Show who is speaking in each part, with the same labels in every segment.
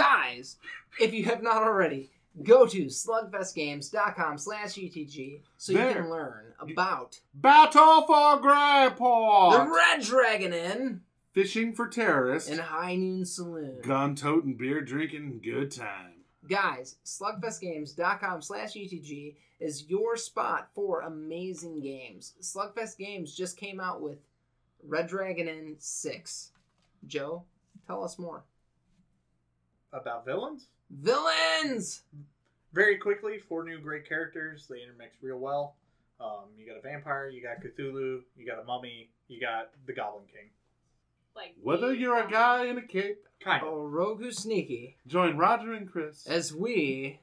Speaker 1: guys, if you have not already, go to slugfestgames.com slash UTG so you
Speaker 2: There.
Speaker 1: can learn about
Speaker 2: Battle for
Speaker 1: the
Speaker 2: Grandpa!
Speaker 1: Red Dragon Inn
Speaker 2: Fishing for terrorists.
Speaker 1: and High Noon Saloon.
Speaker 2: Gun toting, beer drinking, good time.
Speaker 1: Guys, slugfestgames.com slash UTG is your spot for amazing games. Slugfest Games just came out with Red Dragon Inn 6. Joe, tell us more.
Speaker 3: About villains?
Speaker 1: Villains!
Speaker 3: Very quickly, four new great characters. They intermix real well. Um, you got a vampire, you got Cthulhu, you got a mummy, you got the Goblin King.
Speaker 4: Like
Speaker 2: Whether
Speaker 4: the-
Speaker 2: you're a guy in a cape,
Speaker 3: Kind of.
Speaker 1: Oh, Rogue Who's Sneaky,
Speaker 2: join Roger and Chris.
Speaker 1: as we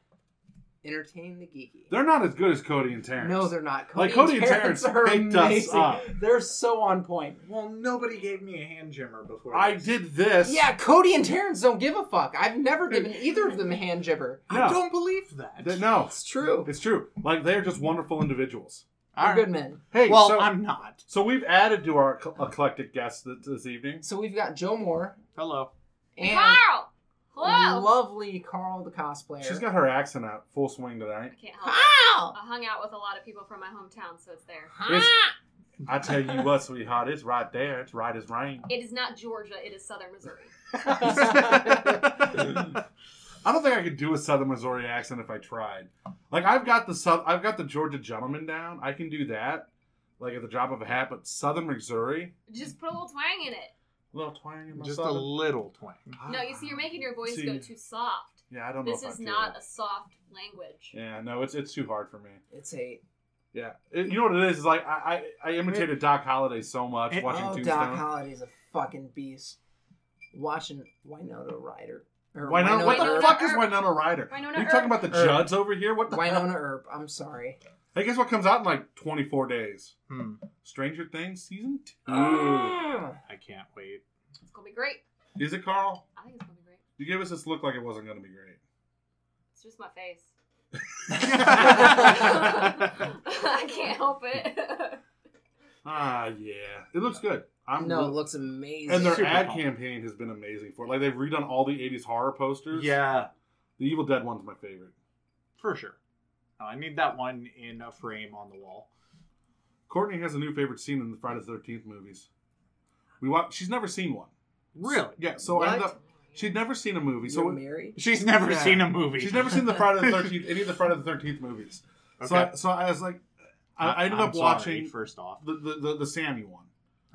Speaker 1: entertain the geeky.
Speaker 2: They're not as good as Cody and Terrence.
Speaker 1: No, they're not.
Speaker 2: Like, Cody and Terrence
Speaker 1: are
Speaker 2: picked us
Speaker 1: amazing.
Speaker 2: up.
Speaker 1: They're so on point.
Speaker 3: Well, nobody gave me a hand jimmer before.
Speaker 2: I
Speaker 3: this.
Speaker 2: did this.
Speaker 1: Yeah, Cody and Terrence don't give a fuck. I've never given either of them a hand jibber.
Speaker 3: I
Speaker 2: No.
Speaker 3: don't believe that.
Speaker 2: Th- no,
Speaker 1: It's true.
Speaker 2: it's true. Like they're just wonderful individuals.
Speaker 3: All
Speaker 1: We're
Speaker 3: right.
Speaker 1: good men.
Speaker 2: Hey,
Speaker 3: Well,
Speaker 2: so,
Speaker 3: I'm not.
Speaker 2: so we've added to our ec- eclectic guests th- this evening.
Speaker 1: So we've got Joe Moore
Speaker 3: Hello.
Speaker 1: and
Speaker 4: Carl. Hello.
Speaker 1: lovely Carl the cosplayer.
Speaker 2: She's got her accent out full swing tonight.
Speaker 4: I can't help. it.
Speaker 1: Carl.
Speaker 4: I hung out with a lot of people from my hometown, so it's there.
Speaker 2: It's- I tell you what, sweetheart, it's right there. It's right as rain.
Speaker 4: It is not Georgia. It is Southern Missouri.
Speaker 2: I don't think I could do a Southern Missouri accent if I tried. Like I've got the South, I've got the Georgia gentleman down. I can do that, like at the drop of a hat. But Southern Missouri,
Speaker 4: Just put a little twang in it.
Speaker 2: a little twang in my
Speaker 3: Just a
Speaker 2: Southern.
Speaker 3: little twang.
Speaker 4: No, you see, you're making your voice
Speaker 2: See.
Speaker 4: go too soft.
Speaker 2: Yeah, I don't know.
Speaker 4: This
Speaker 2: if I
Speaker 4: is
Speaker 2: feel
Speaker 4: not
Speaker 2: it.
Speaker 4: a soft language.
Speaker 2: Yeah, no, it's it's too hard for me.
Speaker 1: It's a
Speaker 2: Yeah, It- you know what it is? It's like I I, I imitated Doc Holliday so much
Speaker 3: It-
Speaker 2: watching
Speaker 1: oh Doc
Speaker 2: Tombstone.
Speaker 1: Holliday's a fucking beast. Watching Winona Ryder. Or
Speaker 2: Winona, what the
Speaker 4: Winona
Speaker 1: Earp.
Speaker 2: fuck
Speaker 4: Earp.
Speaker 2: is Winona Ryder?
Speaker 4: Winona
Speaker 2: Are you talking about
Speaker 4: Earp.
Speaker 2: the
Speaker 1: Earp.
Speaker 2: Judds over here? What the? fuck?
Speaker 1: Winona Earp. I'm sorry.
Speaker 2: Hey, guess what comes out in like 24 days?
Speaker 3: Hmm.
Speaker 2: Stranger Things season two.
Speaker 1: Mm.
Speaker 3: I can't wait.
Speaker 4: It's gonna be great.
Speaker 2: Is it Carl?
Speaker 4: I think it's gonna be great.
Speaker 2: You gave us this look like it wasn't going to be great.
Speaker 4: It's just my face.
Speaker 2: ah,
Speaker 4: I can't help it.
Speaker 3: Ah,
Speaker 2: yeah, it looks good. I'm
Speaker 1: no, it
Speaker 2: really-
Speaker 1: looks amazing.
Speaker 2: and their
Speaker 3: Super
Speaker 2: ad
Speaker 3: pumped.
Speaker 2: campaign has been amazing for it. Like they've redone all the 80s horror posters.
Speaker 3: Yeah,
Speaker 2: the Evil Dead one's my favorite.
Speaker 3: for sure. No, I need that one in a frame on the wall.
Speaker 2: Courtney has a new favorite scene in the Friday the Thirteenth movies. We watch. She's never seen one.
Speaker 3: Really?
Speaker 2: Yeah. So I end
Speaker 1: What?
Speaker 2: up. She'd never seen a movie.
Speaker 1: You're
Speaker 2: So
Speaker 1: married.
Speaker 3: She's never
Speaker 2: Yeah.
Speaker 3: seen a movie.
Speaker 2: she's never seen the Friday the Thirteenth. Any of the Friday the Thirteenth movies. So I,
Speaker 3: Okay.
Speaker 2: so I was like, I, I ended
Speaker 3: I'm
Speaker 2: up
Speaker 3: sorry,
Speaker 2: watching
Speaker 3: First off,
Speaker 2: the, the the the Sammy one,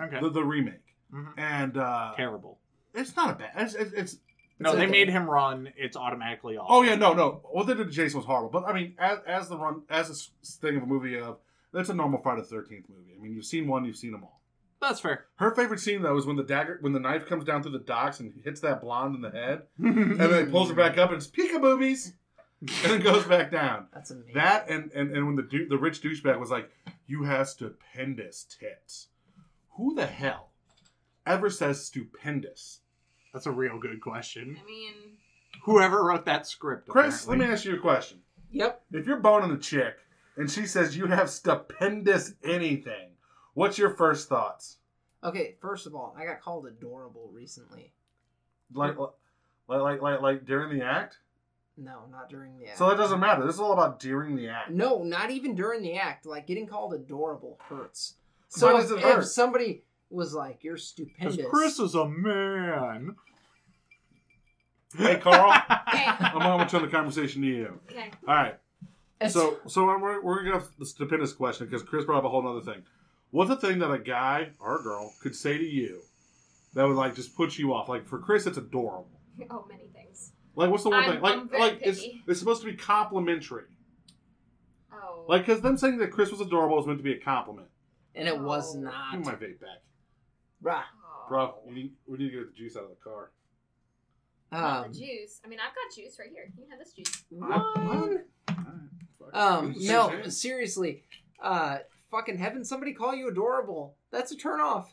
Speaker 3: okay,
Speaker 2: the, the remake,
Speaker 3: Mhm.
Speaker 2: and uh,
Speaker 3: terrible.
Speaker 2: it's not a bad. It's, it's, it's
Speaker 3: No,
Speaker 1: okay.
Speaker 3: they made him run. It's automatically off.
Speaker 2: oh yeah no no what they did to Jason was horrible. But I mean as as the run as a s- thing of a movie of that's a normal Friday the Thirteenth movie. I mean you've seen one, you've seen them all.
Speaker 3: that's fair.
Speaker 2: Her favorite scene though is when the dagger, when the knife comes down through the docks and hits that blonde in the head, and then it pulls her back up and it's Pika boobies, and then goes back down.
Speaker 1: That's amazing.
Speaker 2: That and and, and when the du- the rich douchebag was like, "You have stupendous tits," who the hell ever says stupendous?
Speaker 3: That's a real good question.
Speaker 4: I mean,
Speaker 3: Whoever wrote that script,
Speaker 2: Chris, let
Speaker 3: apparently.
Speaker 2: me ask you a question.
Speaker 1: Yep.
Speaker 2: If you're boning a chick and she says you have stupendous anything, what's your first thoughts?
Speaker 1: Okay. First of all, I got called adorable recently.
Speaker 2: Like like like like, like during the act?
Speaker 1: No, not during the act.
Speaker 2: So that doesn't matter. This is all about during the act.
Speaker 1: No, not even during the act. Like getting called adorable hurts. So
Speaker 2: Why
Speaker 1: if,
Speaker 2: does it
Speaker 1: if
Speaker 2: hurt?
Speaker 1: somebody was like, "You're stupendous,"
Speaker 3: Chris is a man.
Speaker 2: Hey, Carl,
Speaker 4: okay,
Speaker 2: I'm going to turn the conversation to you.
Speaker 4: okay.
Speaker 2: All right.
Speaker 1: It's-
Speaker 2: So, so we're, we're going to have the stupendous question because Chris brought up a whole other thing. What's a thing that a guy or a girl could say to you that would like just put you off? Like for Chris, it's adorable.
Speaker 4: Oh, many things.
Speaker 2: Like what's the one
Speaker 4: I'm-
Speaker 2: thing? Like
Speaker 4: I'm very
Speaker 2: like it's,
Speaker 4: picky.
Speaker 2: it's supposed to be complimentary.
Speaker 4: Oh,
Speaker 2: Like because them saying that Chris was adorable was meant to be a compliment.
Speaker 1: and it was
Speaker 4: No.
Speaker 2: Give
Speaker 3: Oh
Speaker 1: not.
Speaker 2: me my vape back,
Speaker 1: Rah.
Speaker 4: oh.
Speaker 2: bro. We need, we need to get the juice out of the car.
Speaker 4: Not
Speaker 1: Um,
Speaker 4: the juice. I mean, I've got juice right here. You can have this juice.
Speaker 1: what?
Speaker 2: All right. Fuck.
Speaker 1: Um,
Speaker 2: It's the same
Speaker 1: no,
Speaker 2: thing.
Speaker 1: seriously. Uh, fucking heaven, somebody call you adorable. That's a turnoff.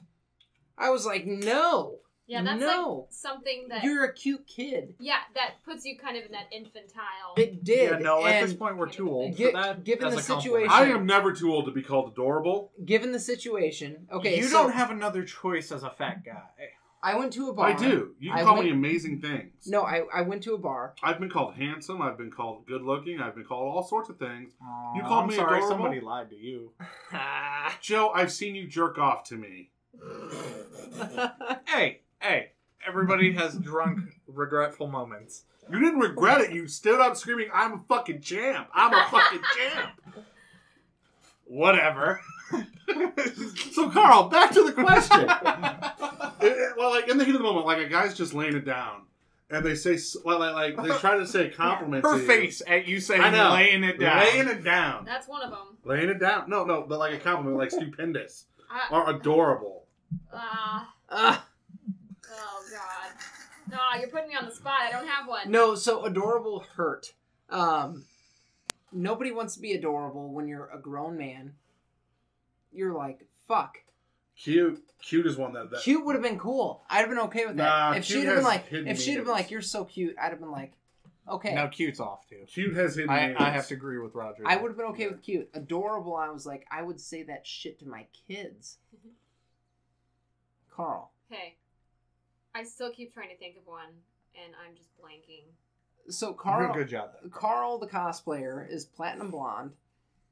Speaker 1: I was like, no,
Speaker 4: Yeah, that's
Speaker 1: No.
Speaker 4: like something that.
Speaker 1: you're a cute kid.
Speaker 4: yeah, that puts you kind of in that infantile.
Speaker 1: It did.
Speaker 3: yeah, no. At
Speaker 1: and
Speaker 3: this point, we're too old
Speaker 1: gi-
Speaker 3: for that.
Speaker 1: given
Speaker 3: That's
Speaker 1: the
Speaker 3: a compliment.
Speaker 1: situation-
Speaker 2: I am never too old to be called adorable.
Speaker 1: given the situation, okay,
Speaker 3: you
Speaker 1: so
Speaker 3: don't have another choice as a fat guy.
Speaker 1: I went to a bar.
Speaker 2: I do. You can
Speaker 1: I
Speaker 2: call
Speaker 1: went-
Speaker 2: me amazing things.
Speaker 1: No, I, I went to a bar.
Speaker 2: I've been called handsome. I've been called good looking. I've been called all sorts of things. You
Speaker 3: Aw,
Speaker 2: called
Speaker 3: I'm
Speaker 2: me
Speaker 3: sorry,
Speaker 2: adorable?
Speaker 3: somebody lied to you.
Speaker 2: Joe, I've seen you jerk off to me.
Speaker 3: Hey, hey, everybody has drunk, regretful moments.
Speaker 2: You didn't regret it. You stood up screaming, "I'm a fucking champ! I'm a fucking champ!"
Speaker 3: Whatever.
Speaker 2: So, Carl, back to the question. It- it- well, like in the heat of the moment, like a guy's just laying it down, and they say, s- well, like, like they try to say compliments.
Speaker 3: Her
Speaker 2: to you.
Speaker 3: face at you saying
Speaker 2: I know.
Speaker 3: laying it down.
Speaker 2: laying it down,
Speaker 4: That's one of them.
Speaker 2: laying it down. No, no, but like a compliment, like stupendous
Speaker 4: I,
Speaker 2: or adorable.
Speaker 4: uh,
Speaker 1: Uh,
Speaker 4: oh god. No, you're putting me on the spot. I don't have one.
Speaker 1: no, so adorable hurt. Um, nobody wants to be adorable when you're a grown man. You're like, fuck.
Speaker 2: Cute, cute is one that. that
Speaker 1: cute would have been cool. I'd have been okay with that.
Speaker 2: Nah,
Speaker 1: if
Speaker 2: cute
Speaker 1: she'd have been
Speaker 2: has
Speaker 1: like,
Speaker 2: hidden
Speaker 1: if she'd have been
Speaker 2: meanings.
Speaker 1: like, you're so cute, I'd have been like, okay.
Speaker 3: Now cute's off too.
Speaker 2: Cute has hidden.
Speaker 3: I, I
Speaker 2: meanings.
Speaker 3: have to agree with Roger.
Speaker 1: I would have been okay with cute. Adorable, I was like, I would say that shit to my kids. Carl.
Speaker 4: Hey, I still keep trying to think of one, and I'm just blanking.
Speaker 1: So
Speaker 3: You're doing
Speaker 1: Carl,
Speaker 3: a good job there.
Speaker 1: Carl the cosplayer is platinum blonde,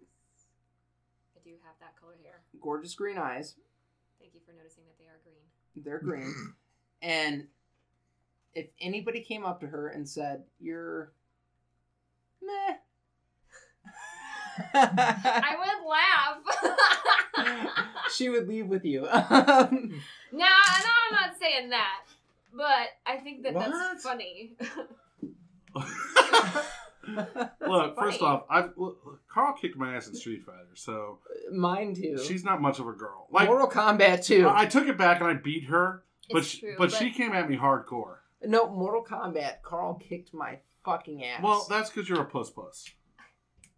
Speaker 4: I do have that color hair.
Speaker 1: gorgeous green eyes.
Speaker 4: Thank you for noticing that they are green.
Speaker 1: They're green, and if anybody came up to her and said, "You're meh,"
Speaker 4: I would laugh.
Speaker 1: she would leave with you.
Speaker 4: now, no, I'm not saying that, but I think that
Speaker 2: What?
Speaker 4: that's funny.
Speaker 2: Look, first
Speaker 4: funny.
Speaker 2: off, I've look, Carl kicked my ass in Street Fighter, so
Speaker 1: Mine too.
Speaker 2: she's not much of a girl. Like
Speaker 1: Mortal Kombat too.
Speaker 2: I I took it back and I beat her, but
Speaker 4: It's
Speaker 2: she,
Speaker 4: true,
Speaker 2: but, she came at me hardcore.
Speaker 1: no, Mortal Kombat. Carl kicked my fucking ass.
Speaker 2: Well, that's because you're a puss puss.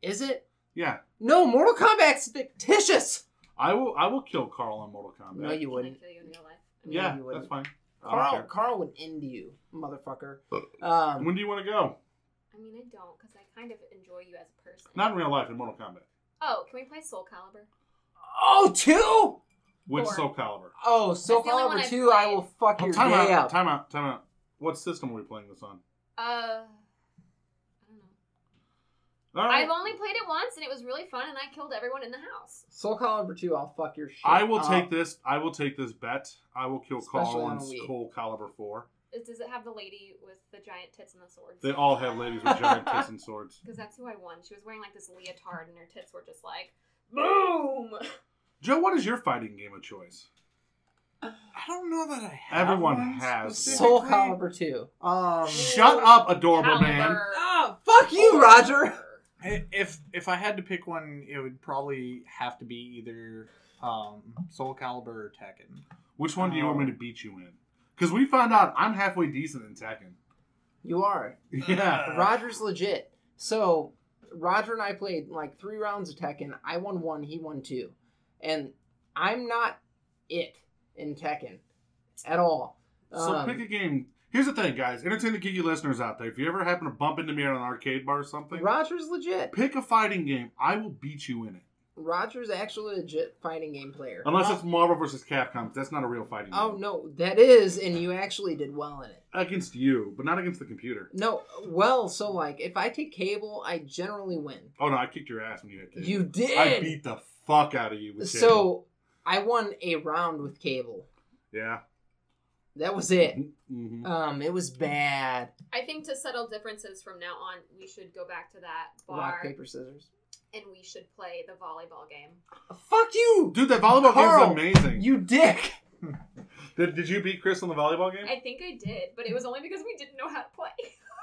Speaker 1: is it?
Speaker 2: Yeah,
Speaker 1: No, Mortal Kombat's fictitious.
Speaker 2: I will I will kill Carl on Mortal Kombat.
Speaker 1: No, you
Speaker 4: Can I
Speaker 1: wouldn't.
Speaker 4: kill you in real life?
Speaker 2: yeah,
Speaker 1: you wouldn't.
Speaker 2: that's fine. I don't
Speaker 1: Carl,
Speaker 2: care.
Speaker 1: Carl would end you, motherfucker. Um,
Speaker 2: When do you want to go?
Speaker 4: I mean, I don't, because I kind of enjoy you as a person.
Speaker 2: Not in real life, in Mortal Kombat.
Speaker 4: Oh, can we play Soul Calibur?
Speaker 1: oh, two.
Speaker 2: Which
Speaker 4: Four.
Speaker 2: Soul Calibur?
Speaker 1: Oh, Soul
Speaker 4: That's the only one
Speaker 1: Calibur
Speaker 4: I've
Speaker 1: two. I
Speaker 4: played.
Speaker 1: will fuck
Speaker 2: Oh,
Speaker 1: your
Speaker 2: time
Speaker 1: day
Speaker 2: out,
Speaker 1: up.
Speaker 2: time out, time out. What system are we playing this on?
Speaker 4: Uh, I don't know.
Speaker 2: All
Speaker 4: I've
Speaker 2: right.
Speaker 4: only played it once, and it was really fun, and I killed everyone in the house.
Speaker 1: Soul Calibur two. I'll fuck your shit.
Speaker 2: I will
Speaker 1: up.
Speaker 2: take this. I will take this bet. I will kill
Speaker 1: Especially
Speaker 2: Carl
Speaker 1: Uh, on
Speaker 2: on
Speaker 1: a Wii.
Speaker 2: Soul Calibur four.
Speaker 4: Is- Does it have the lady with the giant tits and the swords?
Speaker 2: They all have ladies with giant tits and swords.
Speaker 4: Because that's who I won. She was wearing like this leotard, and her tits were just like, boom.
Speaker 2: Joe, what is your fighting game of choice?
Speaker 3: I don't know that I have.
Speaker 2: Everyone
Speaker 3: one
Speaker 2: has
Speaker 1: Soul
Speaker 3: specifically.
Speaker 1: Calibur two.
Speaker 3: Um,
Speaker 2: Shut up, adorable man.
Speaker 4: Caliber.
Speaker 1: Ah, fuck you, Roger.
Speaker 3: i- if if I had to pick one, it would probably have to be either um, Soul Calibur or Tekken.
Speaker 2: Which one do you want me to beat you in? Because we found out I'm halfway decent in Tekken.
Speaker 1: You are.
Speaker 2: Yeah.
Speaker 1: Roger's legit. So Roger and I played like three rounds of Tekken. I won one, he won two. And I'm not it in Tekken at all.
Speaker 2: So
Speaker 1: Um,
Speaker 2: pick a game. Here's the thing, guys. Entertain the geeky listeners out there. If you ever happen to bump into me at an arcade bar or something,
Speaker 1: Roger's legit.
Speaker 2: pick a fighting game. I will beat you in it.
Speaker 1: Roger's actually a legit fighting game player.
Speaker 2: Unless
Speaker 1: Uh,
Speaker 2: it's Marvel versus Capcom. That's not a real fighting game.
Speaker 1: Oh no, that is, and you actually did well in it.
Speaker 2: Against you, but not against the computer.
Speaker 1: No, well, so like if I take cable, I generally win.
Speaker 2: Oh no, I kicked your ass when you hit cable.
Speaker 1: You did.
Speaker 2: I beat the fuck out of you with cable.
Speaker 1: so I won a round with cable.
Speaker 2: Yeah.
Speaker 1: That was it.
Speaker 2: hmm
Speaker 1: Um, it was bad.
Speaker 4: I think to settle differences from now on, we should go back to that
Speaker 1: Rock
Speaker 4: bar,
Speaker 1: paper scissors.
Speaker 4: and we should play the volleyball game.
Speaker 1: Fuck you,
Speaker 2: Dude, that volleyball
Speaker 1: Carl,
Speaker 2: game is amazing.
Speaker 1: you dick.
Speaker 2: Did, did you beat Chris on the volleyball game?
Speaker 4: I think I did, but it was only because we didn't know how to play.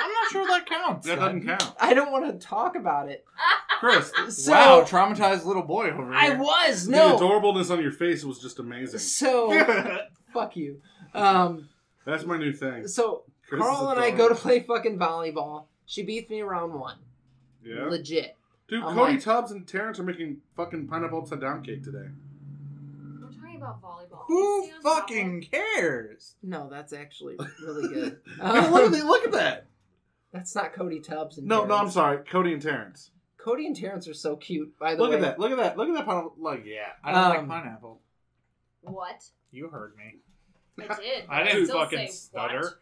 Speaker 3: I'm not sure that counts.
Speaker 2: that doesn't count.
Speaker 1: I don't want to talk about it.
Speaker 2: Chris,
Speaker 1: So
Speaker 3: wow, traumatized little boy over here.
Speaker 1: I was
Speaker 2: the
Speaker 1: no.
Speaker 2: adorableness on your face was just amazing.
Speaker 1: So fuck you. Um.
Speaker 2: That's my new thing.
Speaker 1: So
Speaker 2: Chris
Speaker 1: Carl
Speaker 2: is
Speaker 1: and I go to
Speaker 2: adorable.
Speaker 1: play fucking volleyball. She beats me round one.
Speaker 2: Yeah.
Speaker 1: Legit.
Speaker 2: Dude,
Speaker 1: I'm
Speaker 2: Cody
Speaker 1: like-
Speaker 2: Tubbs and Terrence are making fucking pineapple upside down cake today.
Speaker 4: We're talking about volleyball.
Speaker 3: Who
Speaker 4: Stay on top of
Speaker 3: fucking cares?
Speaker 1: No, that's actually really good.
Speaker 2: Hey, look at
Speaker 1: Um,
Speaker 2: the- look at that.
Speaker 1: that's not Cody Tubbs. And
Speaker 2: No, no, I'm
Speaker 1: Terrence.
Speaker 2: sorry. Cody and Terrence.
Speaker 1: Cody and Terrence are so cute. By the
Speaker 2: Look
Speaker 1: way,
Speaker 2: at that. Look at that. Look at that pineapple. Like, yeah.
Speaker 3: I don't
Speaker 1: Um,
Speaker 3: like pineapple.
Speaker 4: it. What?
Speaker 3: You heard me.
Speaker 4: I did.
Speaker 3: I
Speaker 4: but
Speaker 3: didn't
Speaker 4: still
Speaker 5: fucking
Speaker 4: say what.
Speaker 5: stutter.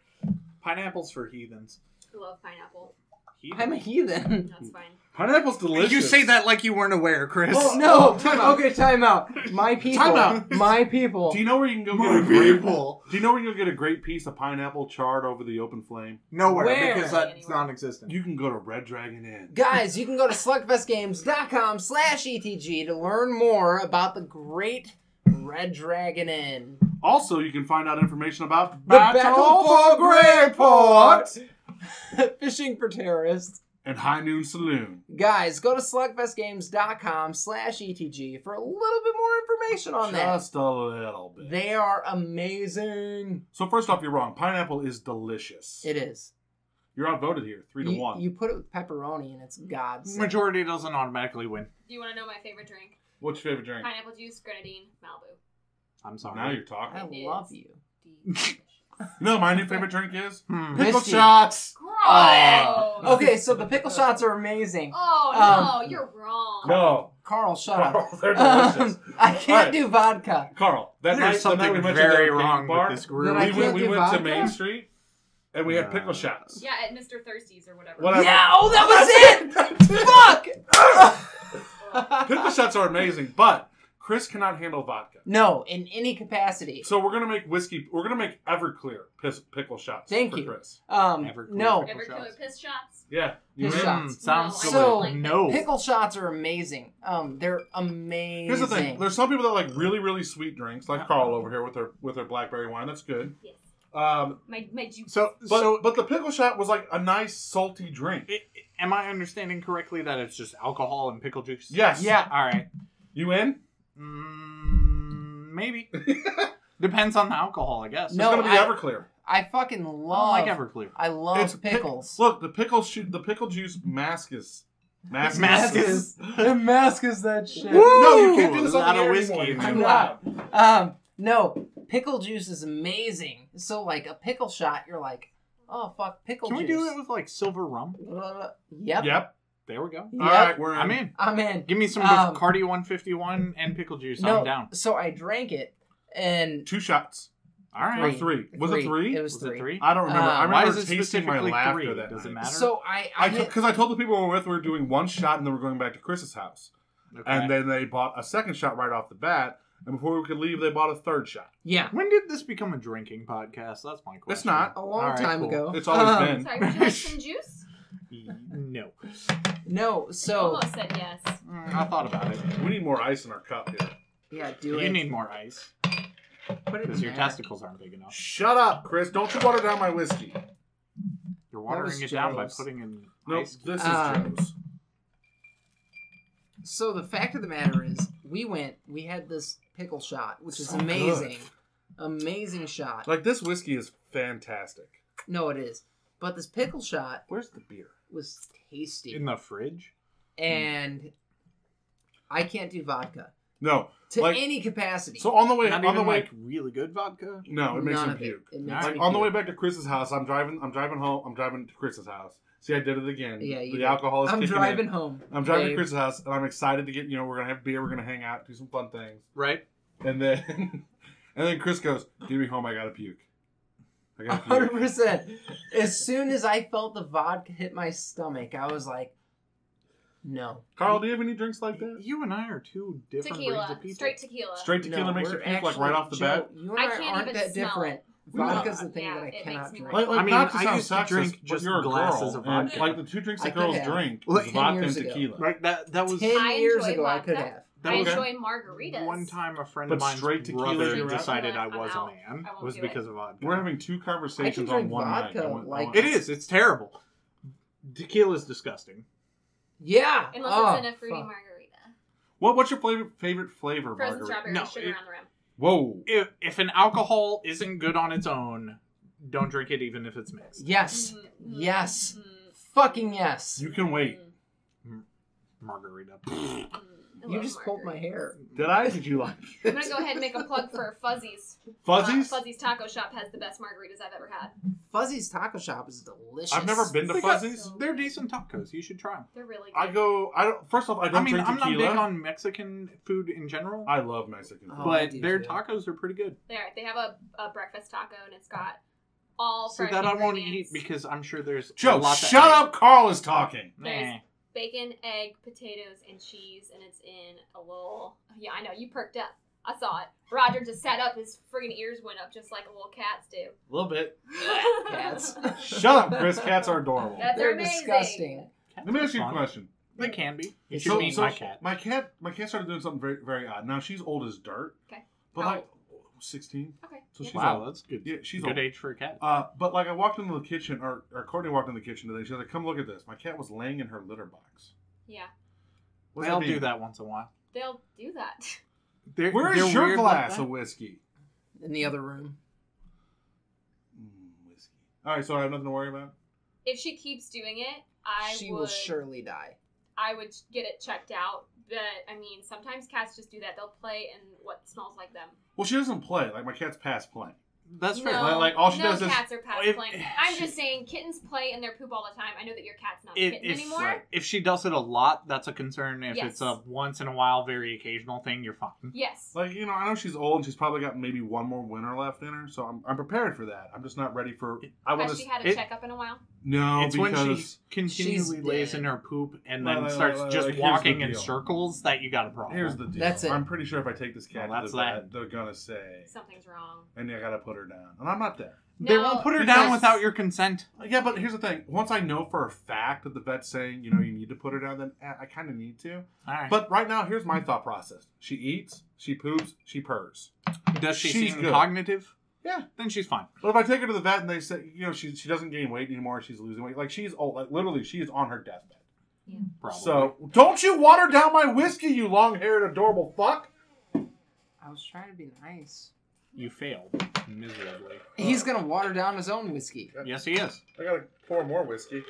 Speaker 3: Pineapples for heathens.
Speaker 4: I love pineapple.
Speaker 3: Heathen.
Speaker 1: I'm a heathen.
Speaker 5: Mm.
Speaker 4: That's fine.
Speaker 2: Pineapple's delicious.
Speaker 5: You say that like you weren't aware, Chris.
Speaker 2: Oh,
Speaker 1: No,
Speaker 2: oh, time out.
Speaker 1: okay, time out. My people,
Speaker 2: out.
Speaker 1: my people.
Speaker 2: Do you know where you can go get a grape? Do you know where you can go get a great piece of pineapple charred over the open flame?
Speaker 5: Nowhere,
Speaker 1: Where?
Speaker 5: because that's
Speaker 4: Anywhere.
Speaker 5: non-existent.
Speaker 2: You can go to Red Dragon Inn.
Speaker 1: Guys, you can go to slugfestgames.com slash ETG to learn more about the great Red Dragon Inn.
Speaker 2: Also, you can find out information about
Speaker 1: The Battle for
Speaker 2: Greyport
Speaker 1: Fishing for terrorists.
Speaker 2: and High Noon Saloon.
Speaker 1: Guys, go to slugfestgames.com slash ETG for a little bit more information on that.
Speaker 2: Just a little bit.
Speaker 1: They are amazing.
Speaker 2: So first off, you're wrong. Pineapple is delicious.
Speaker 1: It is.
Speaker 2: You're outvoted here, three to
Speaker 1: you,
Speaker 2: one.
Speaker 1: you put it with pepperoni and it's God's.
Speaker 5: Majority doesn't automatically win.
Speaker 4: Do you want to know my favorite drink?
Speaker 2: What's your favorite drink?
Speaker 4: Pineapple juice, grenadine, Malibu.
Speaker 5: I'm sorry.
Speaker 2: Now you're
Speaker 1: I
Speaker 2: talking.
Speaker 1: love you.
Speaker 4: Delicious.
Speaker 2: No, my new favorite drink is
Speaker 5: Hmm.
Speaker 2: pickle
Speaker 1: Whiskey.
Speaker 2: shots.
Speaker 4: Gross.
Speaker 1: Okay, so the pickle shots are amazing.
Speaker 4: Oh no, you're wrong.
Speaker 2: No,
Speaker 1: Carl, shut up.
Speaker 2: Carl, they're delicious.
Speaker 1: Um, I can't
Speaker 2: Alright.
Speaker 1: do vodka.
Speaker 2: Carl, that night,
Speaker 5: There's something
Speaker 2: that night we went to
Speaker 5: very
Speaker 2: the cake
Speaker 5: wrong
Speaker 2: bar,
Speaker 5: with this
Speaker 1: That I
Speaker 2: We
Speaker 5: group.
Speaker 1: can't
Speaker 2: went, we
Speaker 1: do
Speaker 2: went to
Speaker 1: vodka?
Speaker 2: Main Street, and we had
Speaker 5: No.
Speaker 2: pickle shots.
Speaker 4: Yeah, at Mr. Thirsty's or whatever.
Speaker 2: Whatever.
Speaker 1: Yeah, oh, that was it! Fuck!
Speaker 2: Pickle shots are amazing, but Chris cannot handle vodka.
Speaker 1: No, in any capacity.
Speaker 2: So we're gonna make whiskey. We're gonna make Everclear piss, pickle shots.
Speaker 1: Thank
Speaker 2: for
Speaker 1: you.
Speaker 2: Chris.
Speaker 1: Um,
Speaker 5: Everclear.
Speaker 1: no,
Speaker 4: Ever killer
Speaker 5: Shots.
Speaker 4: piss shots?
Speaker 2: Yeah, you
Speaker 1: Piss
Speaker 2: may-
Speaker 1: shots.
Speaker 5: Hmm, sounds
Speaker 1: No, I don't
Speaker 5: silly.
Speaker 4: like
Speaker 2: Oh.
Speaker 5: no.
Speaker 1: pickle shots are amazing. Um, they're amazing.
Speaker 2: Here's the thing: there's some people that like really, really sweet drinks, like Carl over here with her with her blackberry wine. That's good.
Speaker 4: Yes.
Speaker 2: Um,
Speaker 4: My my juice.
Speaker 5: So,
Speaker 2: but
Speaker 5: so
Speaker 2: but the pickle shot was like a nice salty drink.
Speaker 5: i- i- am I understanding correctly that it's just alcohol and pickle juice?
Speaker 2: Yes.
Speaker 5: Yeah. All right.
Speaker 2: You in?
Speaker 5: Mm, maybe. Depends on the alcohol, I guess.
Speaker 1: No,
Speaker 2: it's gonna be
Speaker 1: I-
Speaker 2: Everclear.
Speaker 1: I fucking love.
Speaker 5: I don't like Everclear.
Speaker 1: I love
Speaker 2: It's pick-
Speaker 1: pickles.
Speaker 2: Look, the pickle shoot, the pickle juice mask is mask.
Speaker 5: Mask is-
Speaker 1: Damascus, that shit.
Speaker 5: Woo!
Speaker 2: No, you can't do this
Speaker 5: Ooh,
Speaker 2: on
Speaker 5: lot
Speaker 2: the
Speaker 5: of
Speaker 2: air
Speaker 5: whiskey
Speaker 2: anymore. You're
Speaker 5: in
Speaker 2: too
Speaker 1: there.
Speaker 2: loud.
Speaker 1: Um, no, pickle juice is amazing. So like a pickle shot, you're like, oh fuck, pickle
Speaker 5: Can we
Speaker 1: juice.
Speaker 5: do it with like silver rum?
Speaker 1: Blah, blah, blah. Yep.
Speaker 2: Yep.
Speaker 5: There we go.
Speaker 1: Yep.
Speaker 2: All right, we're in.
Speaker 5: I'm in.
Speaker 1: I'm in.
Speaker 5: Give me some
Speaker 1: Um,
Speaker 5: Bacardi 151 and pickle juice.
Speaker 1: No,
Speaker 5: I'm down.
Speaker 1: so I drank it, and
Speaker 2: two shots
Speaker 5: All right.
Speaker 2: or three. Was it three?
Speaker 1: It was,
Speaker 5: Was it
Speaker 1: three.
Speaker 5: three?
Speaker 2: I don't remember.
Speaker 1: Um,
Speaker 2: I
Speaker 5: Uh, Why
Speaker 2: remember
Speaker 5: is it
Speaker 2: tasting my
Speaker 5: specifically
Speaker 2: laughter
Speaker 5: three?
Speaker 2: that
Speaker 5: Does it
Speaker 2: night.
Speaker 5: matter?
Speaker 1: So I, I,
Speaker 2: I
Speaker 1: hit-
Speaker 2: because I told the people we were with we were doing one shot and then we're going back to Chris's house,
Speaker 5: Okay.
Speaker 2: and then they bought a second shot right off the bat, and before we could leave, they bought a third shot.
Speaker 1: yeah,
Speaker 5: When did this become a drinking podcast? That's my question.
Speaker 2: It's not.
Speaker 1: a long
Speaker 5: All right,
Speaker 1: time
Speaker 5: cool.
Speaker 1: ago.
Speaker 2: It's always
Speaker 1: Um,
Speaker 2: been.
Speaker 4: Sorry, would you like some juice?
Speaker 5: No.
Speaker 1: No, so
Speaker 4: Almost said yes.
Speaker 5: Mm, I thought about it.
Speaker 2: We need more ice in our cup here.
Speaker 1: yeah, do
Speaker 5: You
Speaker 1: it.
Speaker 5: need more ice
Speaker 1: Put it
Speaker 5: because
Speaker 1: in
Speaker 5: your
Speaker 1: there.
Speaker 5: testicles aren't big enough.
Speaker 2: Shut up, Chris! Don't you water down my whiskey?
Speaker 5: You're
Speaker 1: was
Speaker 5: watering it down by
Speaker 1: Joe's.
Speaker 5: putting in
Speaker 2: No,
Speaker 5: ice.
Speaker 2: this is
Speaker 1: Um,
Speaker 2: Joe's.
Speaker 1: So the fact of the matter is, we went. We had this pickle shot, which is
Speaker 2: So
Speaker 1: amazing,
Speaker 2: good.
Speaker 1: amazing shot.
Speaker 2: Like this whiskey is fantastic.
Speaker 1: No, it is. But this pickle shot
Speaker 2: Where's the beer?
Speaker 1: was tasty,
Speaker 5: in the fridge.
Speaker 2: Mm.
Speaker 1: and I can't do vodka
Speaker 2: No.
Speaker 1: to
Speaker 2: Like-
Speaker 1: any capacity.
Speaker 2: So on the way,
Speaker 5: Not
Speaker 2: on the
Speaker 5: even
Speaker 2: way,
Speaker 5: like really good vodka.
Speaker 2: no, it makes
Speaker 1: None
Speaker 2: him
Speaker 1: of it.
Speaker 2: puke.
Speaker 1: It
Speaker 5: All
Speaker 1: makes
Speaker 5: right.
Speaker 1: me
Speaker 2: on the way
Speaker 1: puke.
Speaker 2: back to Chris's house, I'm driving. I'm driving home. I'm driving to Chris's house. See, I did it again.
Speaker 1: Yeah, you
Speaker 2: the
Speaker 1: did.
Speaker 2: alcohol is
Speaker 1: I'm
Speaker 2: kicking
Speaker 1: driving
Speaker 2: In.
Speaker 1: home.
Speaker 2: I'm driving to
Speaker 1: babe.
Speaker 2: Chris's house, and I'm excited to get. You know, we're gonna have beer. We're gonna hang out, do some fun things,
Speaker 5: Right.
Speaker 2: and then, and then Chris goes, "Get me home. I gotta puke. I
Speaker 1: A
Speaker 2: gotta
Speaker 1: hundred
Speaker 2: puke."
Speaker 1: percent. As soon as I felt the vodka hit my stomach, I was like, "No,
Speaker 2: Carl, do you have any drinks like that?
Speaker 5: You and I are two different grades
Speaker 4: Tequila.
Speaker 5: of people.
Speaker 4: Straight tequila.
Speaker 2: Straight tequila
Speaker 1: no,
Speaker 2: makes you
Speaker 1: we're
Speaker 2: puke like
Speaker 1: actually-
Speaker 2: right off the
Speaker 1: Joe,
Speaker 2: bat.
Speaker 1: You and
Speaker 4: I
Speaker 1: I,
Speaker 4: can't
Speaker 1: aren't
Speaker 4: even
Speaker 1: that
Speaker 4: smell
Speaker 1: different.
Speaker 2: No,
Speaker 1: Vodka's the thing
Speaker 4: yeah,
Speaker 1: that I
Speaker 4: it
Speaker 1: cannot
Speaker 4: makes me
Speaker 1: drink.
Speaker 4: like-
Speaker 2: Like, like
Speaker 5: I mean,
Speaker 2: not to
Speaker 5: I
Speaker 2: sound
Speaker 5: used to
Speaker 2: sexist,
Speaker 5: drink
Speaker 2: but
Speaker 5: just
Speaker 2: you're a
Speaker 5: glasses
Speaker 2: girl,
Speaker 5: of
Speaker 2: and,
Speaker 5: vodka.
Speaker 2: like the two drinks
Speaker 1: I
Speaker 2: that
Speaker 1: could
Speaker 2: girls
Speaker 1: have.
Speaker 2: drink
Speaker 5: Like,
Speaker 2: is
Speaker 1: 10
Speaker 2: vodka and
Speaker 1: years ago.
Speaker 2: tequila.
Speaker 5: Right. That that was
Speaker 1: Ten
Speaker 4: I
Speaker 1: years
Speaker 4: enjoy
Speaker 1: ago, I could
Speaker 4: vodka.
Speaker 1: have.
Speaker 5: that
Speaker 4: I
Speaker 5: was
Speaker 4: enjoy margaritas.
Speaker 5: one time a friend
Speaker 2: But
Speaker 5: of mine
Speaker 2: straight tequila, you're
Speaker 5: brother
Speaker 2: out.
Speaker 5: decided I
Speaker 4: I'm
Speaker 5: was a
Speaker 4: out.
Speaker 5: man
Speaker 4: I won't
Speaker 5: was
Speaker 4: do
Speaker 5: because of vodka.
Speaker 2: We're having two conversations on
Speaker 1: drink
Speaker 2: one
Speaker 1: vodka,
Speaker 2: mic. I want- I
Speaker 1: like-
Speaker 2: want-
Speaker 5: It is. It's terrible. Tequila is disgusting.
Speaker 1: Yeah.
Speaker 4: Unless
Speaker 1: oh,
Speaker 4: it's in a fruity
Speaker 1: fuck.
Speaker 4: margarita.
Speaker 2: What, what's your flavor, favorite flavor,
Speaker 4: Frozen
Speaker 2: Margaret?
Speaker 4: strawberry
Speaker 5: No,
Speaker 4: with sugar
Speaker 5: it-
Speaker 4: on the rim.
Speaker 2: Whoa.
Speaker 5: If if an alcohol isn't good on its own, don't drink it even if it's mixed.
Speaker 1: Yes.
Speaker 4: Mm, mm,
Speaker 1: Yes.
Speaker 4: mm,
Speaker 1: Fucking yes.
Speaker 2: You can wait.
Speaker 4: mm,
Speaker 5: Margarita.
Speaker 4: mm. I
Speaker 1: You
Speaker 4: love
Speaker 1: just pulled my
Speaker 4: margaritas.
Speaker 1: hair.
Speaker 2: Did I? Did you like
Speaker 4: I'm gonna go ahead and make a plug for Fuzzies.
Speaker 2: Fuzzies?
Speaker 4: Uh, Fuzzies Taco Shop has the best margaritas I've ever had.
Speaker 1: Fuzzy's Taco Shop is delicious.
Speaker 2: I've never been to
Speaker 5: They got-
Speaker 2: Fuzzies.
Speaker 5: They're decent tacos. You should try them.
Speaker 4: They're really good.
Speaker 2: I go. I don't. First off, I don't
Speaker 5: I mean,
Speaker 2: drink
Speaker 5: I'm not
Speaker 2: tequila.
Speaker 5: big on Mexican food in general,
Speaker 2: I love Mexican food.
Speaker 1: Oh, I
Speaker 5: but
Speaker 1: do
Speaker 5: their
Speaker 1: too.
Speaker 5: tacos are pretty good.
Speaker 4: there, they have a, a breakfast taco and it's got all
Speaker 5: So
Speaker 4: fresh
Speaker 5: that I won't eat
Speaker 4: ingredients.
Speaker 5: because I'm sure there's a
Speaker 2: Joe,
Speaker 5: lot to
Speaker 2: shut
Speaker 5: add.
Speaker 2: up. Carl is talking.
Speaker 5: Nah.
Speaker 4: bacon, egg, potatoes, and cheese, and it's in a little. Yeah, I know you perked up. I saw it. Roger just sat up. His friggin' ears went up just like little cats do.
Speaker 2: A little bit.
Speaker 1: Cats.
Speaker 2: Shut up, Chris. Cats are adorable.
Speaker 4: That's-
Speaker 1: They're
Speaker 4: They're amazing.
Speaker 1: disgusting.
Speaker 2: Let me ask you a
Speaker 5: Fun.
Speaker 2: question.
Speaker 5: They can be. You
Speaker 1: It's
Speaker 5: should
Speaker 1: so-
Speaker 5: meet
Speaker 1: so-
Speaker 5: my cat.
Speaker 2: My cat, my cat started doing something very, very odd. Now she's old as dirt.
Speaker 4: Okay.
Speaker 2: But
Speaker 4: How
Speaker 2: like, sixteen.
Speaker 4: Okay.
Speaker 2: So
Speaker 4: yeah.
Speaker 2: she's
Speaker 5: Wow,
Speaker 2: old.
Speaker 5: that's good.
Speaker 2: Yeah, she's
Speaker 5: good
Speaker 2: old.
Speaker 5: age for a cat.
Speaker 2: Uh, but like, I walked into the kitchen, or, or Courtney walked in the kitchen today. She's like, "Come look at this." My cat was laying in her litter box.
Speaker 4: yeah,
Speaker 2: What does
Speaker 5: They'll
Speaker 2: mean?
Speaker 5: do that once in a while.
Speaker 4: they'll do that.
Speaker 5: They're,
Speaker 2: Where
Speaker 5: they're
Speaker 2: is your
Speaker 5: weird like
Speaker 2: glass
Speaker 5: that.
Speaker 2: of whiskey?
Speaker 1: In the other room.
Speaker 2: Mm, whiskey. All right, so I have nothing to worry about.
Speaker 4: If she keeps doing it, I
Speaker 1: she
Speaker 4: would,
Speaker 1: will surely die.
Speaker 4: I would get it checked out. But I mean, sometimes cats just do that. They'll play in what smells like them.
Speaker 2: Well, she doesn't play. Like my cat's past playing.
Speaker 5: That's fair.
Speaker 4: No,
Speaker 2: Like- like, all she
Speaker 4: no
Speaker 2: does is-
Speaker 4: cats are past
Speaker 5: If-
Speaker 4: playing. I'm just saying, kittens play in their poop all the time. I know that your cat's not a
Speaker 5: If,
Speaker 4: kitten
Speaker 5: if,
Speaker 4: anymore.
Speaker 2: Right.
Speaker 5: if she does it a lot, that's a concern. If
Speaker 4: Yes.
Speaker 5: it's a once in a while, very occasional thing, you're fine.
Speaker 4: Yes.
Speaker 2: Like you know, I know she's old. and She's probably got maybe one more winter left in her, so I'm, I'm prepared for that. I'm just not ready for. I want to
Speaker 4: Has she had a
Speaker 5: it-
Speaker 4: checkup in a while?
Speaker 2: no
Speaker 5: it's
Speaker 2: because
Speaker 5: when she continually
Speaker 1: She's
Speaker 5: lays
Speaker 1: dead.
Speaker 5: in her poop and
Speaker 2: Well,
Speaker 5: then
Speaker 2: well,
Speaker 5: starts
Speaker 2: well,
Speaker 5: just
Speaker 2: like, here's the
Speaker 5: walking in
Speaker 2: deal.
Speaker 5: circles that you got a problem.
Speaker 2: here's the deal.
Speaker 1: That's it.
Speaker 2: I'm pretty sure if I take this cat
Speaker 5: Well,
Speaker 2: to
Speaker 5: that's
Speaker 2: the vet, they're gonna say,
Speaker 4: Something's wrong.
Speaker 2: and I gotta put her down, and I'm not there.
Speaker 5: they
Speaker 4: No,
Speaker 5: won't put her
Speaker 2: because-
Speaker 5: down without your consent.
Speaker 2: Yeah, but here's the thing. Once I know for a fact that the vet's saying, you know, you need to put her down, then eh, I kind of need to.
Speaker 5: All right.
Speaker 2: But right now, here's my thought process. She eats, she poops, she purrs.
Speaker 5: does she
Speaker 2: she's
Speaker 5: seem
Speaker 2: good.
Speaker 5: cognitive?
Speaker 2: Yeah.
Speaker 5: Then she's fine.
Speaker 2: But if I take her to the vet and they say, you know, she she doesn't gain weight anymore, she's losing weight. Like she's old, like literally, she is on her deathbed.
Speaker 5: Probably.
Speaker 2: So don't you water down my whiskey, you long-haired adorable fuck.
Speaker 1: I was trying to be nice.
Speaker 5: you failed miserably.
Speaker 1: He's gonna water down his own whiskey.
Speaker 5: Yes, he is.
Speaker 2: I gotta pour more whiskey.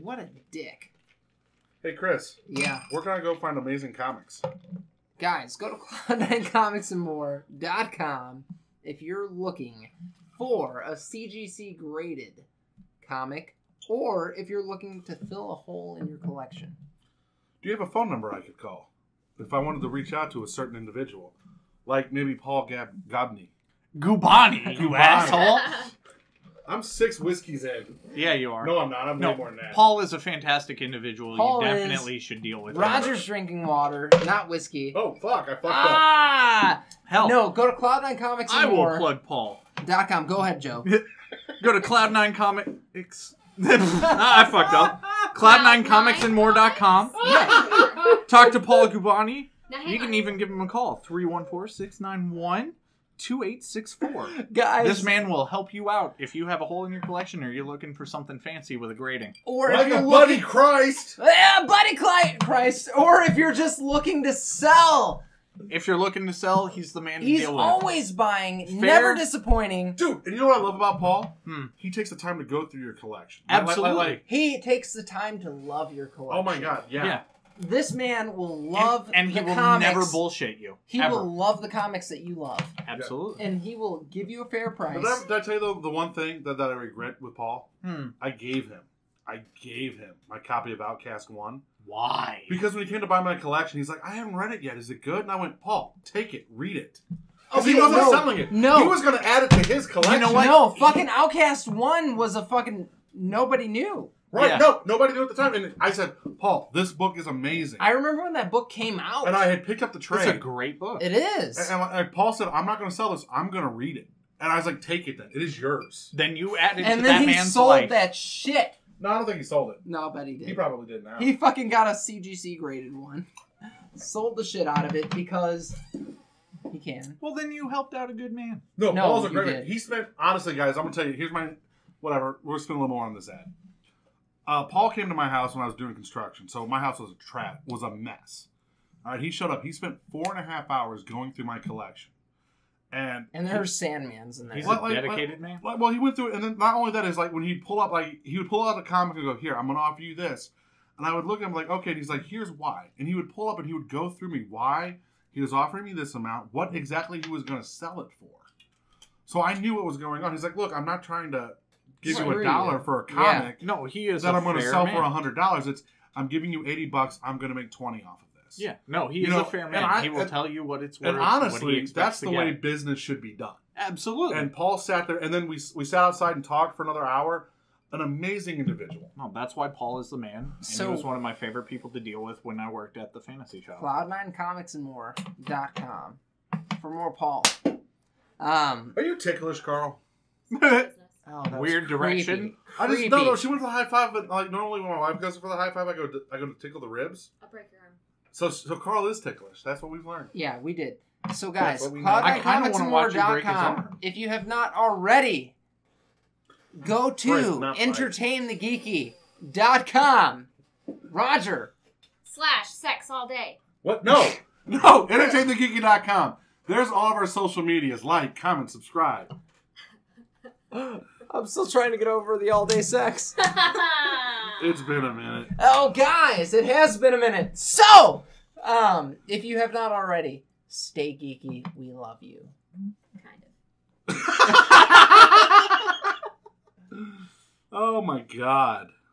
Speaker 1: What a dick.
Speaker 2: Hey Chris,
Speaker 1: Yeah.
Speaker 2: where can I go find amazing comics?
Speaker 1: Guys, go to cloud9comicsandmore.com if you're looking for a CGC graded comic or if you're looking to fill a hole in your collection.
Speaker 2: Do you have a phone number I could call if I wanted to reach out to a certain individual, like maybe Paul Gab- Gobney?
Speaker 5: Gubani, you
Speaker 2: Gubani.
Speaker 5: asshole.
Speaker 2: I'm six whiskeys in.
Speaker 5: Yeah, you are.
Speaker 2: No, I'm not. I'm
Speaker 5: No,
Speaker 2: way more than that.
Speaker 5: Paul is a fantastic individual.
Speaker 1: Paul
Speaker 5: you
Speaker 1: is-
Speaker 5: definitely should deal with him.
Speaker 1: Roger's drinking water, not whiskey.
Speaker 2: oh fuck! I fucked up.
Speaker 1: Ah!
Speaker 5: Hell,
Speaker 1: No, go to cloud9comics
Speaker 5: I will plug Paul.
Speaker 1: dot com. Go ahead, Joe.
Speaker 5: Go to Cloud9 Comics. Ah, I fucked up. Cloud9comicsandmore.com.
Speaker 4: Yeah.
Speaker 5: Talk to Paul Gubani.
Speaker 4: now, hang
Speaker 5: You can
Speaker 4: on.
Speaker 5: even give him a call 314 691 2864.
Speaker 1: Guys,
Speaker 5: This man will help you out if you have a hole in your collection or you're looking for something fancy with a grading.
Speaker 1: or if
Speaker 2: Like
Speaker 1: you're
Speaker 2: a
Speaker 1: looking
Speaker 2: buddy Christ.
Speaker 1: Yeah, buddy Cli- Christ, or if you're just looking to sell,
Speaker 5: If you're looking to sell, he's the man to
Speaker 1: he's
Speaker 5: deal with.
Speaker 1: always buying,
Speaker 5: Fair.
Speaker 1: never disappointing.
Speaker 2: Dude, and you know what I love about Paul?
Speaker 5: Hmm.
Speaker 2: He takes the time to go through your collection. Like- like-
Speaker 5: Absolutely.
Speaker 2: like-
Speaker 1: He takes the time to love your collection.
Speaker 2: oh my god, yeah.
Speaker 5: Yeah.
Speaker 1: This man will love
Speaker 5: And, and he
Speaker 1: the
Speaker 5: will
Speaker 1: comics.
Speaker 5: never bullshit you.
Speaker 1: He
Speaker 5: ever.
Speaker 1: will love the comics that you love,
Speaker 5: Absolutely.
Speaker 1: and he will give you a fair price.
Speaker 2: Did I, did I tell you the, the one thing that, that I regret with Paul?
Speaker 5: Hmm.
Speaker 2: I gave him. I gave him my copy of Outcast 1.
Speaker 5: Why?
Speaker 2: Because when he came to buy my collection, he's like, I haven't read it yet. Is it good? And I went, Paul, take it, read it. Because he
Speaker 1: Okay,
Speaker 2: wasn't
Speaker 1: no,
Speaker 2: selling it.
Speaker 1: no.
Speaker 2: He was going to add it to his collection.
Speaker 5: know what?
Speaker 1: No, fucking Outcast One was a fucking nobody knew.
Speaker 2: Right,
Speaker 5: Yeah.
Speaker 2: no, nobody knew at the time. And I said, Paul, this book is amazing.
Speaker 1: I remember when that book came out.
Speaker 2: and I had picked up the trade.
Speaker 5: It's a great book.
Speaker 1: it is.
Speaker 2: And, and like Paul said, I'm not going to sell this. I'm going to read it. And I was like, take it then. It is yours.
Speaker 5: Then you added to
Speaker 1: and
Speaker 5: that
Speaker 1: then he
Speaker 5: man's
Speaker 1: sold
Speaker 5: life.
Speaker 1: that shit.
Speaker 2: No, I don't think he sold it.
Speaker 1: No, I bet he did.
Speaker 2: He probably did now.
Speaker 1: He fucking got a CGC graded one. Sold the shit out of it because he can.
Speaker 5: Well, then you helped out a good man.
Speaker 2: no,
Speaker 1: No,
Speaker 2: Paul's a
Speaker 1: you
Speaker 2: great
Speaker 1: did.
Speaker 2: man. He spent, honestly, guys, I'm going to tell you, here's my, whatever. We're spending a little more on this ad. Uh, Paul came to my house when I was doing construction. So my house was a trap, was a mess. All right, he showed up. He spent four and a half hours going through my collection. And
Speaker 1: And there's Sandman's in there.
Speaker 5: He's
Speaker 2: What,
Speaker 5: a
Speaker 2: like-
Speaker 5: dedicated man.
Speaker 2: Like, well, he went through it, and then not only that is like when he'd pull up, like he would pull out a comic and go, "Here, I'm gonna offer you this," And I would look at him like, okay, and he's like, here's why. And he would pull up and he would go through me why he was offering me this amount, what exactly he was going to sell it for. So I knew what was going on. He's like, look, I'm not trying to give you a
Speaker 1: Screw
Speaker 2: dollar
Speaker 1: you.
Speaker 2: for a
Speaker 1: Yeah.
Speaker 2: comic
Speaker 5: No, he is.
Speaker 2: that
Speaker 5: a
Speaker 2: I'm going to
Speaker 5: fair
Speaker 2: sell
Speaker 5: man.
Speaker 2: for hundred dollars. It's I'm giving you eighty bucks. I'm going to make twenty off of this.
Speaker 5: Yeah, no, he
Speaker 2: You
Speaker 5: is
Speaker 2: know,
Speaker 5: a fair
Speaker 2: and
Speaker 5: man.
Speaker 2: I-
Speaker 5: he will
Speaker 2: and-
Speaker 5: tell you what it's worth.
Speaker 2: And
Speaker 5: what he
Speaker 2: honestly,
Speaker 5: expects
Speaker 2: that's
Speaker 5: to
Speaker 2: the
Speaker 5: get.
Speaker 2: way business should be done.
Speaker 5: Absolutely.
Speaker 2: And Paul sat there, and then we we sat outside and talked for another hour. An amazing individual.
Speaker 5: no, that's why Paul is the man. And
Speaker 1: So-
Speaker 5: he was one of my favorite people to deal with when I worked at the fantasy shop.
Speaker 1: Cloud9comicsandmore.com for more Paul. Um,
Speaker 2: Are you ticklish, Carl?
Speaker 1: oh, that was
Speaker 5: Weird direction.
Speaker 2: I just
Speaker 1: Creepy.
Speaker 2: no, no. She went for the high five, but like normally when my wife goes for the high five, I go to, I go to tickle the ribs.
Speaker 4: I'll break your arm.
Speaker 2: So so Carl is ticklish. That's what we've learned.
Speaker 1: Yeah, we did. So guys,
Speaker 2: That's what we know. I
Speaker 5: kinda wanna watch you break his
Speaker 1: cloud9comicsandmore.com.
Speaker 5: arm.
Speaker 1: If you have not already, go
Speaker 2: Break,
Speaker 1: to
Speaker 2: not bite.
Speaker 1: entertainthegeeky.com. Roger,
Speaker 4: Slash sex all day.
Speaker 2: What? No, no. Entertainthegeeky.com. There's all of our social medias. Like, comment, subscribe.
Speaker 1: I'm still trying to get over the all day sex.
Speaker 2: It's been a minute.
Speaker 1: Oh, guys, it has been a minute. So, um, if you have not already, stay geeky. We love you.
Speaker 4: kind of.
Speaker 2: Oh my god.